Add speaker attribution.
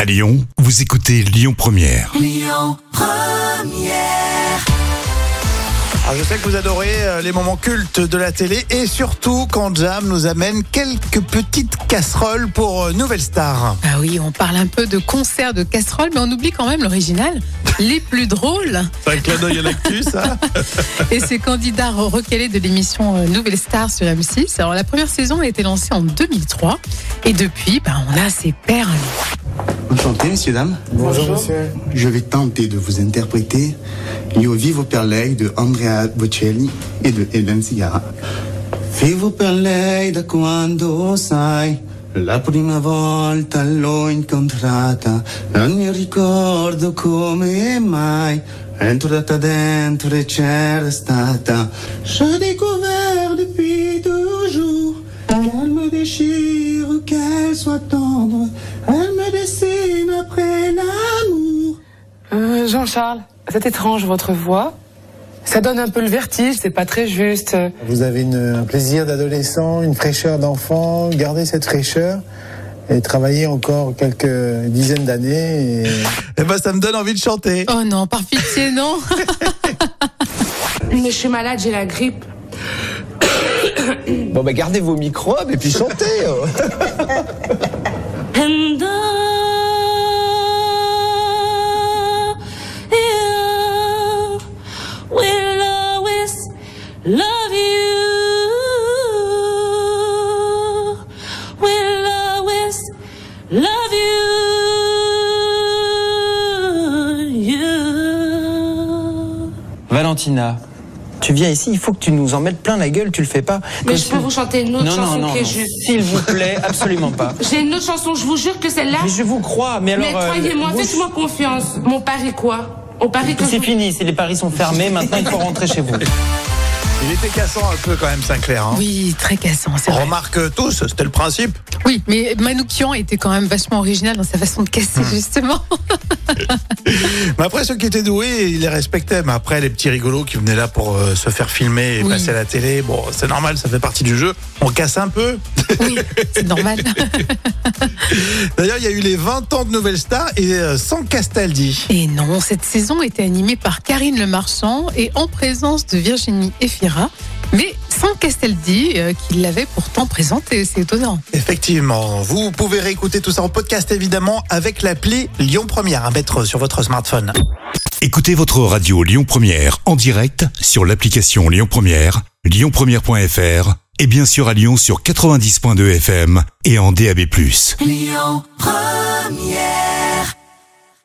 Speaker 1: À Lyon, vous écoutez Lyon Première.
Speaker 2: Alors Ah, je sais que vous adorez euh, les moments cultes de la télé et surtout quand Jam nous amène quelques petites casseroles pour euh, Nouvelle Star.
Speaker 3: Bah oui, on parle un peu de concert de casserole, mais on oublie quand même l'original, les plus drôles.
Speaker 2: C'est un clin d'œil à hein l'actu, ça
Speaker 3: Et c'est candidat recalé de l'émission euh, Nouvelle Star sur M6. Alors la première saison a été lancée en 2003, et depuis, bah, on a ces perles.
Speaker 4: Enchanté, messieurs, dames.
Speaker 5: Bonjour, monsieur.
Speaker 4: Je vais tenter de vous interpréter Io vivo per lei de Andrea Bocelli e de Helen Sigara. Vivo per lei da quando, sai, la prima volta l'ho incontrata. Non mi ricordo come mai. È entrata dentro e c'era stata. Je découvert depuis toujours qu'elle me déchire, qu'elle soit tendre. Elle me dessine après l'amour.
Speaker 5: Euh, Jean-Charles, c'est étrange votre voix. Ça donne un peu le vertige, c'est pas très juste.
Speaker 6: Vous avez une- un plaisir d'adolescent, une fraîcheur d'enfant. Gardez cette fraîcheur et travaillez encore quelques dizaines d'années. et-
Speaker 2: Eh ben ça me donne envie de chanter.
Speaker 3: Oh non, par pitié, non
Speaker 5: Mais je suis malade, j'ai la grippe.
Speaker 7: Bon bah gardez vos microbes et puis chantez oh. Valentina, tu viens ici, il faut que tu nous en mettes plein la gueule, tu le fais pas.
Speaker 8: Mais
Speaker 7: Comme
Speaker 8: je
Speaker 7: si-
Speaker 8: peux vous chanter une autre
Speaker 7: Non,
Speaker 8: chanson
Speaker 7: non, non,
Speaker 8: qui est
Speaker 7: non.
Speaker 8: juste.
Speaker 7: S'il vous plaît, absolument pas.
Speaker 8: J'ai une autre chanson, je vous jure que celle-là.
Speaker 7: Mais je vous crois, mais alors...
Speaker 8: Mais
Speaker 7: euh,
Speaker 8: croyez-moi,
Speaker 7: vous-
Speaker 8: faites-moi confiance. Mon pari quoi On parie que je
Speaker 7: C'est
Speaker 8: vous-
Speaker 7: fini, c'est- les paris sont fermés, maintenant il faut rentrer chez vous.
Speaker 2: Il était cassant un peu quand même, Sinclair. hein.
Speaker 3: Oui, très cassant, c'est
Speaker 2: On
Speaker 3: vrai.
Speaker 2: remarque euh, tous, c'était le principe.
Speaker 3: Oui, mais Manoukian était quand même vachement original dans sa façon de casser, justement.
Speaker 2: Mais après, ceux qui étaient doués, ils les respectaient. Mais après, les petits rigolos qui venaient là pour euh, se faire filmer et
Speaker 3: Oui.
Speaker 2: passer à la télé, bon, c'est normal, ça fait partie du jeu. On casse un peu.
Speaker 3: Oui, c'est normal.
Speaker 2: D'ailleurs, il y a eu les 20 ans de Nouvelle Star et euh, sans Castaldi.
Speaker 3: Et non, cette saison était animée par Karine Le Marchand et en présence de Virginie Efira, mais sans Castaldi, euh, qui l'avait pourtant présenté. C'est étonnant.
Speaker 2: Effectivement, vous pouvez réécouter tout ça en podcast évidemment avec l'appli Lyon Première à mettre sur votre smartphone.
Speaker 1: Écoutez votre radio Lyon Première en direct sur l'application Lyon Première, lyonpremière.fr et bien sûr à Lyon sur 90.2 FM et en DAB+.